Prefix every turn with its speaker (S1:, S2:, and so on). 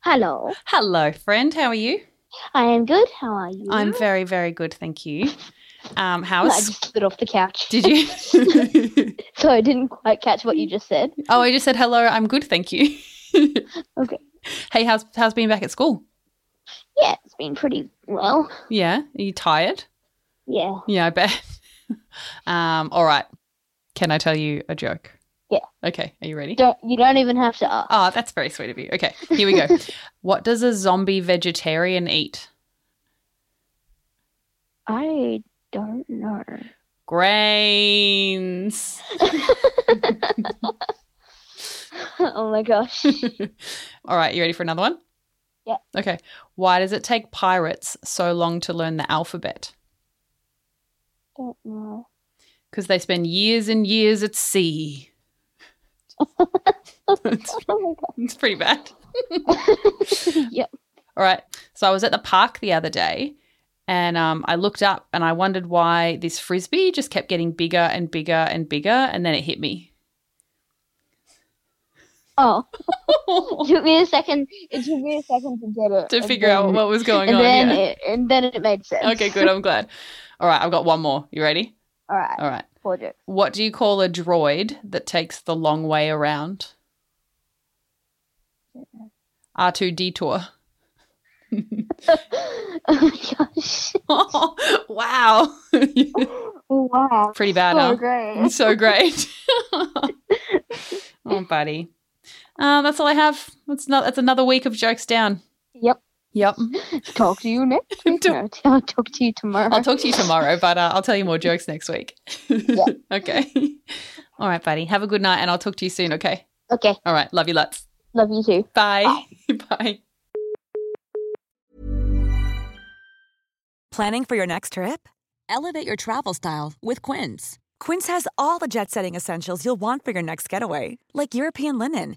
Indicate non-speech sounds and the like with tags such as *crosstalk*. S1: Hello.
S2: Hello, friend. How are you?
S1: I am good. How are you?
S2: I'm very, very good. Thank you. *laughs* Um, how
S1: I
S2: is.
S1: just slid off the couch.
S2: Did you?
S1: *laughs* So I didn't quite catch what you just said.
S2: oh, I just said hello. I'm good. Thank you. *laughs*
S1: Okay.
S2: Hey, how's how's being back at school?
S1: Yeah, it's been pretty well.
S2: Yeah. Are you tired?
S1: Yeah.
S2: Yeah, I bet. *laughs* um, all right. Can I tell you a joke?
S1: Yeah.
S2: Okay. Are you ready?
S1: Don't you don't even have to ask.
S2: Oh, that's very sweet of you. Okay, here we *laughs* go. what does a zombie vegetarian eat?
S1: I don't know.
S2: Grains.
S1: *laughs* oh my
S2: *laughs*
S1: gosh.
S2: All right, you ready for another one?
S1: Yeah.
S2: Okay. Why does it take pirates so long to learn the alphabet?
S1: don't know.
S2: Because they spend years and years
S1: *laughs*
S2: at sea. it's,
S1: Oh
S2: it's pretty bad.
S1: my *laughs* god. yep.
S2: All right. So I was at the park the other day and um, I looked up and I wondered why this frisbee just kept getting bigger and bigger and bigger. And then it hit me. *laughs*
S1: Oh. It took me a second it took me a second to get it.
S2: to
S1: and
S2: figure out
S1: then-
S2: what was going
S1: and
S2: on.
S1: then
S2: yeah.
S1: it and then it made sense.
S2: Okay, good. I'm glad. All right, I've got one more. You ready?
S1: *laughs* Alright,
S2: All right.
S1: four jokes.
S2: What do you call a droid that takes the long way around? R2 detour.
S1: *laughs* oh my
S2: *laughs*
S1: gosh.
S2: *laughs* wow.
S1: Wow.
S2: Pretty bad,
S1: *laughs* so
S2: huh?
S1: great.
S2: So great. oh, buddy. Uh, that's all I have. That's not. That's another week of jokes down.
S1: Yep.
S2: Yep.
S1: Talk to you next
S2: *laughs*
S1: week.
S2: Don't-
S1: No, *laughs* I'll talk to you tomorrow.
S2: I'll talk to you *laughs* tomorrow, but uh, I'll tell you more jokes next week. *laughs* okay. All right, buddy. Have a good night, and I'll talk to you soon. Okay.
S1: okay.
S2: All right. Love you lots.
S1: Love you too.
S2: Bye. *laughs* Bye.
S3: Planning for your next trip? Elevate your travel style with Quince. Quince has all the jet setting essentials you'll want for your next getaway, like European linen,